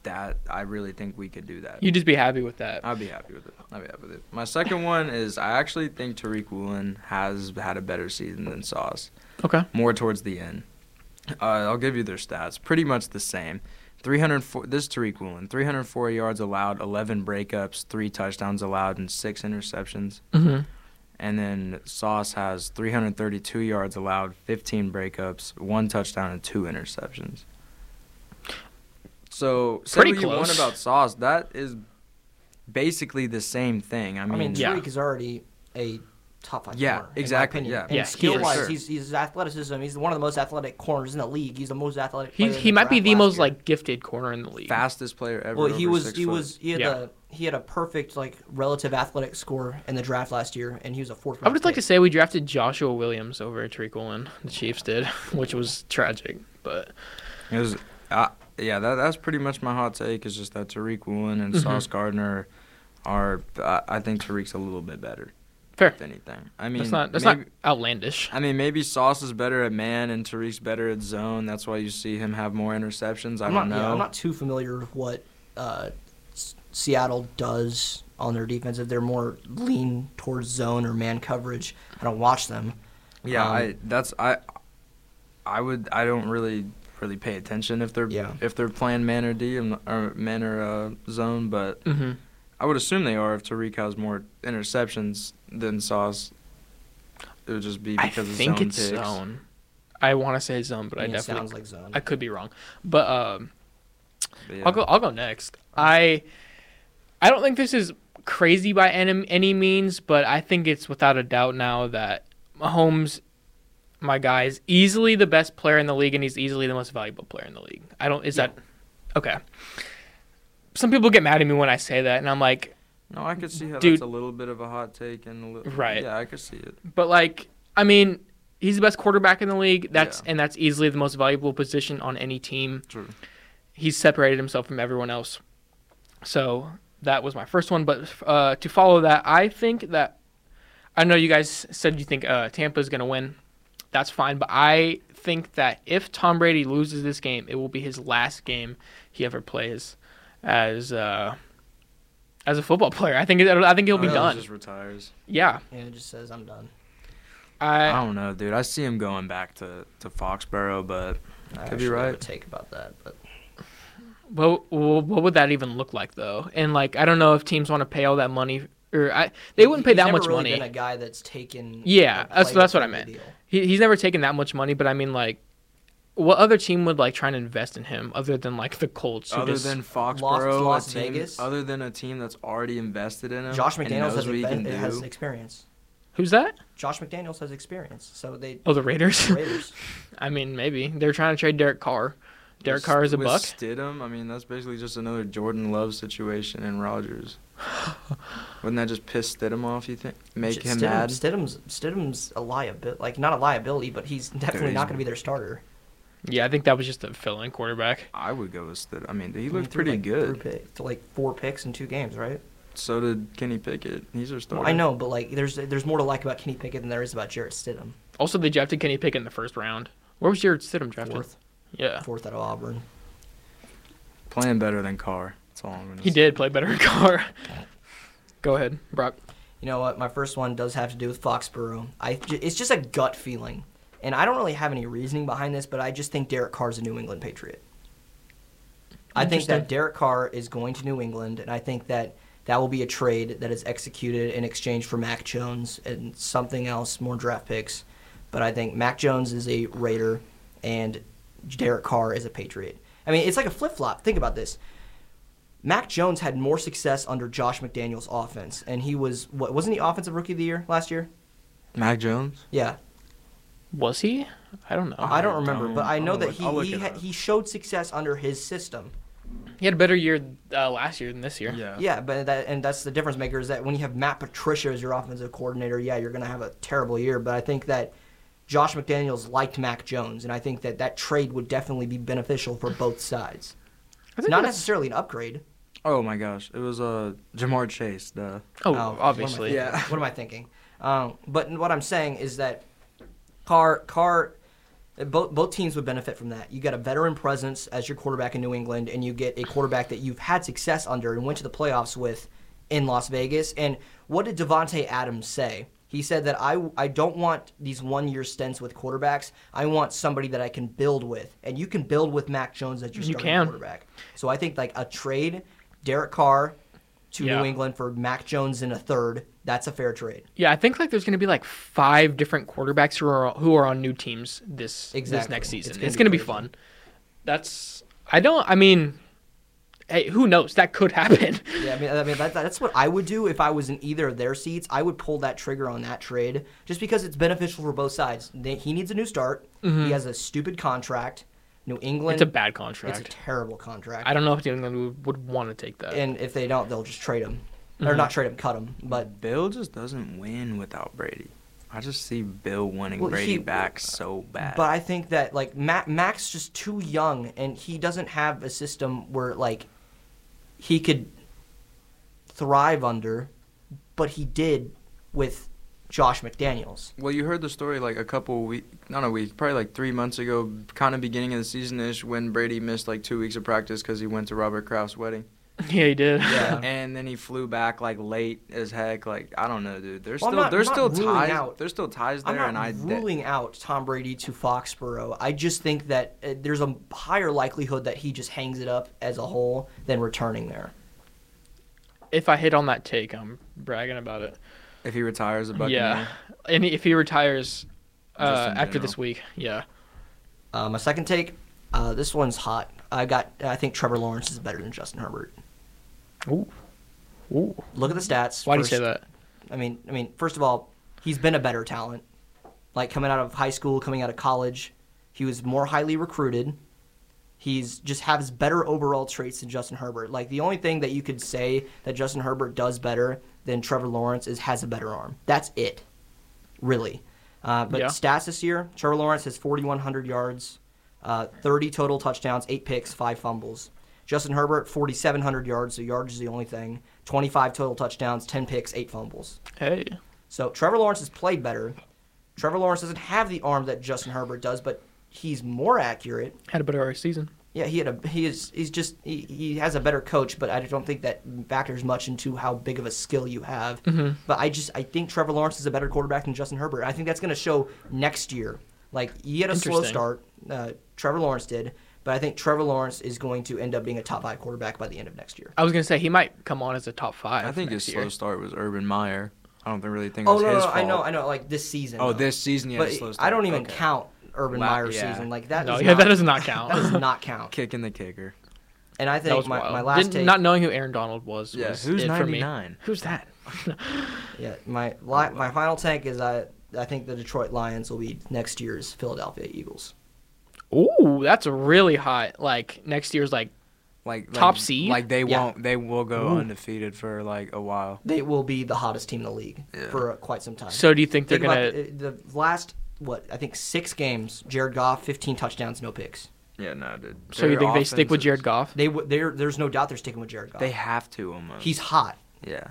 that I really think we could do that.
You'd just be happy with that.
I'd be happy with it. I'd be happy with it. My second one is I actually think Tariq Woolen has had a better season than Sauce.
Okay.
More towards the end. Uh, I'll give you their stats. Pretty much the same. 304. This is Tariq Woolen. 304 yards allowed, 11 breakups, three touchdowns allowed, and six interceptions.
Mm-hmm.
And then Sauce has 332 yards allowed, 15 breakups, one touchdown, and two interceptions. So, say
Pretty
what you want
close.
about Sauce, that is basically the same thing. I
I
mean,
mean,
Yeah.
Tariq is already a top five.
Mm-hmm. Yeah,
corner, in my
exactly,
opinion.
yeah.
and
Yeah, he
skill
is.
wise,
Sure.
he's he's athleticism. He's one of the most athletic corners in the league. He's the most athletic.
He
player in
he might be
draft
the
last
most
year.
like gifted corner in the league.
fastest player ever.
Well, he
over
was
six
he
foot.
was he had
Yeah.
a he had a perfect like relative athletic score in the draft last year, and he was a fourth.
I would just like to say we drafted Joshua Williams over Tariq Woolen. The Chiefs did, [laughs] which was tragic. But
It was, uh, yeah, that, that's pretty much my hot take. Is just that Tariq Woolen
Mm-hmm.
and Sauce Gardner are. I, I think Tariq's a little bit better.
Fair.
If anything, I mean,
that's not that's
maybe,
not outlandish.
I mean, maybe Sauce is better at man and Tariq's better at zone. That's why you see him have more interceptions. I
I'm
don't
not,
know.
Yeah, I'm not too familiar with what uh, S- Seattle does on their defense. If they're more lean towards zone or man coverage, I don't watch them.
Yeah,
Um,
I that's I I would I don't really really pay attention if they're
Yeah.
if they're playing man or D and- or man or uh, zone, but
Mm-hmm.
I would assume they are if Tariq has more interceptions than Sauce. It would just be
I
because of
think
zone
it's
picks.
zone. I want to say zone, but
I
I
mean, it
definitely
sounds like zone.
I could be wrong. But um,
But yeah.
I'll go. I'll go next. I I don't think this is crazy by any any means, but I think it's without a doubt now that Mahomes, my guy, is easily the best player in the league, and he's easily the most valuable player in the league. I don't. Is that okay? Some people get mad at me when I say that, and I'm like,
No, I could see how
Dude.
that's a little bit of a hot take and a little
Right.
Yeah, I could see it.
But like, I mean, he's the best quarterback in the league. That's
Yeah.
and that's easily the most valuable position on any team.
True.
He's separated himself from everyone else. So that was my first one. But uh, to follow that, I think that I know you guys said you think uh, Tampa's going to win. That's fine, but I think that if Tom Brady loses this game, it will be his last game he ever plays as uh, as a football player. I think it, I think he'll be
Mahomes
done.
Oh, Just retires.
Yeah,
yeah, it just says I'm done.
I,
I don't know, dude. I see him going back to to Foxborough, but
I
Could be
actually have
right.
A take about that, but
What, what what would that even look like though? And like I don't know if teams want to pay all that money or I they wouldn't pay
He's
that
never
much
really
money.
Been a guy that's taken.
Yeah,
a
that's-
player
that's what I
from the
meant.
deal.
He, he's never taken that much money, but I mean like what other team would like try and invest in him other than like the Colts? who
other
just-
than Foxborough, a
Las
team-
Vegas?
other than a team that's already invested in him,
Josh
and
McDaniels
knows
has,
what he can
inve- has
do.
experience.
who's that?
Josh McDaniels has experience,
[laughs]
so they
Oh, the Raiders.
the Raiders.
I mean maybe they're trying to trade Derek Carr. Derek
With-
Carr is a
with
buck.
Stidham, I mean that's basically just another Jordan Love situation
[laughs]
and Rogers. Wouldn't that just piss Stidham off? You think make
Sh-
him
Stidham,
mad?
Stidham's Stidham's a liability, like not a liability, but he's definitely
he's-
not going to be their starter.
Yeah, I think that was just a fill-in quarterback.
I would go with Stidham. I mean, he
I mean,
looked
threw,
pretty
like,
good.
three pick- to like four picks in two games, right?
So did Kenny Pickett. He's our starter.
Well, I know, but like, there's there's more to like about Kenny Pickett than there is about Jarrett Stidham.
Also, they drafted Kenny Pickett in the first round. Where was Jared Stidham drafted?
Fourth,
Yeah,
fourth out of Auburn.
Playing better than Carr. That's all I'm gonna
he
say.
did play better in Carr. [laughs] Go ahead, Brock.
You know what? My first one does have to do with Foxborough. I ju- it's just a gut feeling, and I don't really have any reasoning behind this, but I just think Derek Carr's a New England Patriot. I think that
Interesting.
Derek Carr is going to New England, and I think that that will be a trade that is executed in exchange for Mac Jones and something else, more draft picks. But I think Mac Jones is a Raider, and Derek Carr is a Patriot. I mean, it's like a flip flop. Think about this. Mac Jones had more success under Josh McDaniels' offense, and he was what wasn't he offensive rookie of the year last year?
Mac Jones.
Yeah,
Was he? I don't know.
I don't remember,
don't-
but I
I'll
know that
look- I'll
he
look
he,
it
had,
up.
he showed success under his system.
He had a better year uh, last year than this year.
Yeah.
Yeah, but that and that's the difference maker is that when you have Matt Patricia as your offensive coordinator, yeah, you're going to have a terrible year. But I think that Josh McDaniels liked Mac Jones, and I think that that trade would definitely be beneficial for both sides.
I think
Not
that's-
necessarily an upgrade.
Oh my gosh, it was uh Jamar Chase. The
Oh,
Oh,
obviously.
Yeah.
What am I, what am I thinking? Um, but what I'm saying is that Carr, Carr, both both teams would benefit from that. You got a veteran presence as your quarterback in New England, and you get a quarterback that you've had success under and went to the playoffs with in Las Vegas. And what did Devonte Adams say? He said that I I don't want these one year stints with quarterbacks. I want somebody that I can build with, and you can build with Mac Jones as your
You
starting
can.
quarterback. So I think like a trade, Derek Carr to
Yeah.
New England for Mac Jones in a third. That's a fair trade.
Yeah, I think like there's going to be like five different quarterbacks who are who are on new teams this this
Exactly.
next season.
It's
It's,
gonna be
going to be
crazy.
fun. That's I don't I mean, hey, who knows? That could happen. [laughs]
Yeah, I mean, I mean that, that's what I would do if I was in either of their seats. I would pull that trigger on that trade just because it's beneficial for both sides. They, he needs a new start. He has a stupid contract. New England.
Mm-hmm. it's a bad
It's a
contract.
terrible contract.
I I don't know if New England would, would want to take that.
and if they don't, they'll just trade him,
Mm-hmm.
or not trade him, cut him. But
Bill just doesn't win without Brady. I just see Bill wanting
Well,
Brady
he- uh,
back so bad.
But I think that like Mac, Mac's just too young, and he doesn't have a system where like he could thrive under, but he did with Josh McDaniels.
Well, you heard the story like a couple week, not a week, probably like three months ago, kind of beginning of the season ish, when Brady missed like two weeks of practice because he went to Robert Kraft's wedding,
[laughs] yeah, he did.
Yeah.
[laughs] and then he flew back like late as heck. Like I don't know, dude. There's
Well, I'm
still
not-
there's
I'm
still
not ruling
ties.
out-
There's still ties there,
I'm not
and I de-
ruling out Tom Brady to Foxborough. I just think that uh, there's a higher likelihood that he just hangs it up as a whole than returning there.
[laughs] If I hit on that take, I'm bragging about it.
if he retires a Buccaneer.
Yeah, and if he retires uh,
in
after
general.
this week, yeah,
Uh, my second take, uh, this one's hot. I got. I think Trevor Lawrence is better than Justin Herbert.
ooh, ooh.
Look at the stats.
Why do you
First-
say that?
I mean, I mean, first of all, he's been a better talent. Like coming out of high school, coming out of college, he was more highly recruited. He's just has better overall traits than Justin Herbert. Like the only thing that you could say that Justin Herbert does better than Trevor Lawrence is has a better arm. That's it, really. Uh, but
Yeah.
stats this year, Trevor Lawrence has 4,100 yards, uh, 30 total touchdowns, eight picks, five fumbles. Justin Herbert 4,700 yards. So yards is the only thing. 25 total touchdowns, 10 picks, eight fumbles.
Hey,
So Trevor Lawrence has played better. Trevor Lawrence doesn't have the arm that Justin Herbert does, but he's more accurate.
had a better season.
Yeah, he had a he is he's just he, he has a better coach, but I don't think that factors much into how big of a skill you have. But I just I think Trevor Lawrence is a better quarterback than Justin Herbert. I think that's going to show next year. Like he had a slow
Interesting.
start, uh, Trevor Lawrence did, but I think Trevor Lawrence is going to end up being a top five quarterback by the end of next year.
I was gonna say he might come on as a top five.
I think his
next year.
slow start was Urban Meyer. I don't think- really think it
Oh
was
no, no,
his
no, I know,
fault.
I know. Like this season.
Oh,
though.
this season, yeah,
but
his slow start.
I don't even
Okay.
count Urban
Wow,
Meyer
yeah.
season like that.
No,
does
yeah,
not,
that does not count.
[laughs] That does
[laughs]
not count.
kicking the kicker.
And I
That
think
was
my,
wild.
my last
Didn't-
take.
Not knowing who Aaron Donald was.
Yeah,
was
who's
it for me.
99?
Who's that?
Yeah, my li- my final take is I I think the Detroit Lions will be next year's Philadelphia Eagles.
Ooh, that's really hot. Like next year's like
Like
Top
like,
seed?
Like they
Yeah.
won't. They will go undefeated for like a while.
They will be the hottest team in the league for uh, quite some time.
so do you think they're
Think
gonna
about the, the last what I think six games. Jared Goff, fifteen touchdowns, no picks.
Yeah, no, dude.
so you
Their
think they stick with
offenses-
Jared Goff?
They w- there there's no doubt they're sticking with Jared Goff.
They have to almost.
He's hot.
yeah.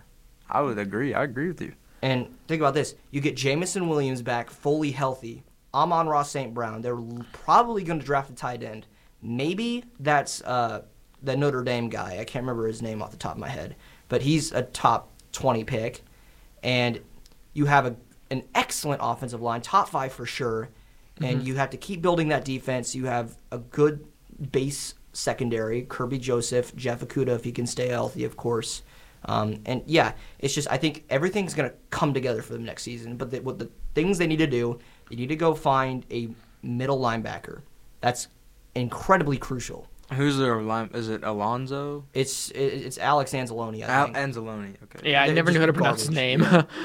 I would agree. I agree with you.
And think about this: you get Jamison Williams back fully healthy. Amon Ross St. Brown. They're l- probably going to draft a tight end. Maybe that's uh, the Notre Dame guy. I can't remember his name off the top of my head, but he's a top twenty pick. And you have a, an excellent offensive line, top five for sure. And you have to keep building that defense. You have a good base secondary. Kirby Joseph, Jeff Okuda, if he can stay healthy, of course. Um, and yeah, it's just I think everything's gonna come together for them next season. But the, what the things they need to do, they need to go find a middle linebacker. That's incredibly crucial.
Who's their line? Is it Alonzo?
It's it, it's Alex Anzalone. I
Al-
think.
Anzalone. Okay.
yeah, I
they're
never knew
just
how to pronounce his
garbage.
name. [laughs]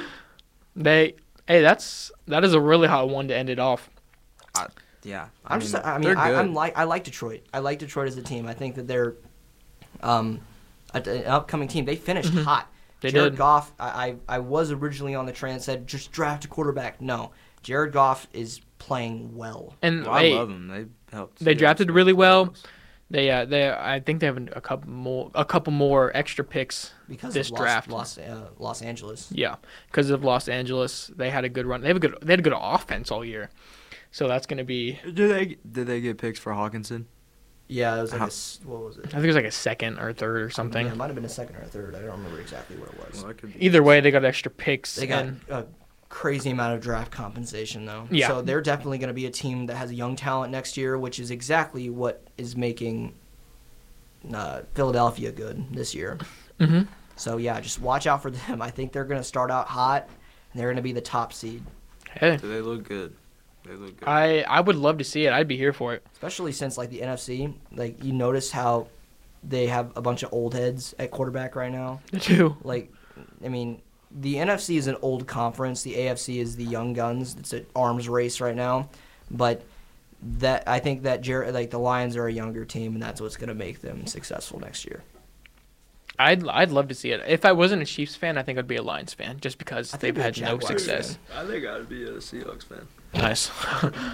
they hey, that's that is a really hot one to end it off.
I, yeah.
I'm just I mean
they're
I,
good.
I'm like I like Detroit. I like Detroit as a team. I think that they're um a- an upcoming team. They finished hot.
Mm-hmm. They
Jared
did.
Goff, I, I I was originally on the train that said just draft a quarterback. No, Jared Goff is playing well.
And
Well, I
hey,
love them. They helped.
they
yeah.
drafted really well. They, uh, they, I think they have an- a couple more, a couple more extra picks
because
this
of Los,
draft.
Los, uh, Los Angeles.
Yeah, because of Los Angeles, they had a good run. They have a good, they had a good offense all year, so that's gonna be.
Did they did they get picks for Hawkinson?
Yeah, it was like a
How-
s what was
I
it?
think it was like a second or third or something.
Yeah, it might have been a second or a third. I don't remember exactly what it was.
that could
Either way, they got extra picks.
They got
and-
a crazy amount of draft compensation though.
Yeah.
So they're definitely going to be a team that has young talent next year, which is exactly what is making uh, Philadelphia good this year.
Mhm.
So yeah, just watch out for them. [laughs] I think they're going to start out hot. and They're going to be the top seed,
Hey,
they look good? They look good.
I, I would love to see it. I'd be here for it.
especially since like the NFC. Like you notice how they have a bunch of old heads at quarterback right now.
Too.
Like, I mean, the NFC is an old conference. The AFC is the young guns. It's an arms race right now. But that I think that Jer- like the Lions are a younger team, and that's what's going to make them successful next year.
I'd, I'd love to see it. If I wasn't a Chiefs fan, I think I'd be a Lions fan, just because
I think
they've
I'd
had
be a
no
Jaguars fan.
success.
I think I'd be a Seahawks fan.
Nice. [laughs]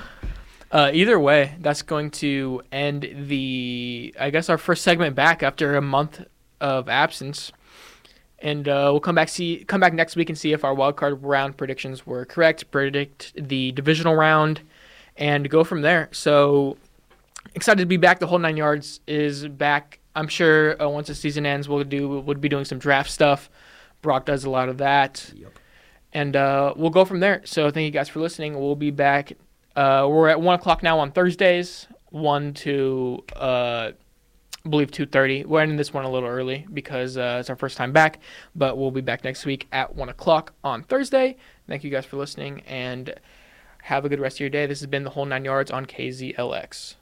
uh, either way, that's going to end the, I guess, our first segment back after a month of absence, and uh, we'll come back see come back next week and see if our wild card round predictions were correct, predict the divisional round, and go from there. So excited to be back. The whole nine yards is back. I'm sure uh, once the season ends, we'll do we'll be doing some draft stuff. Brock does a lot of that and uh, we'll go from there. So thank you guys for listening. We'll be back. Uh, we're at one o'clock now on Thursdays, one to uh, I believe two thirty. We're ending this one a little early because uh, it's our first time back, but we'll be back next week at one o'clock on Thursday. Thank you guys for listening and have a good rest of your day. This has been the whole nine yards on KZLX.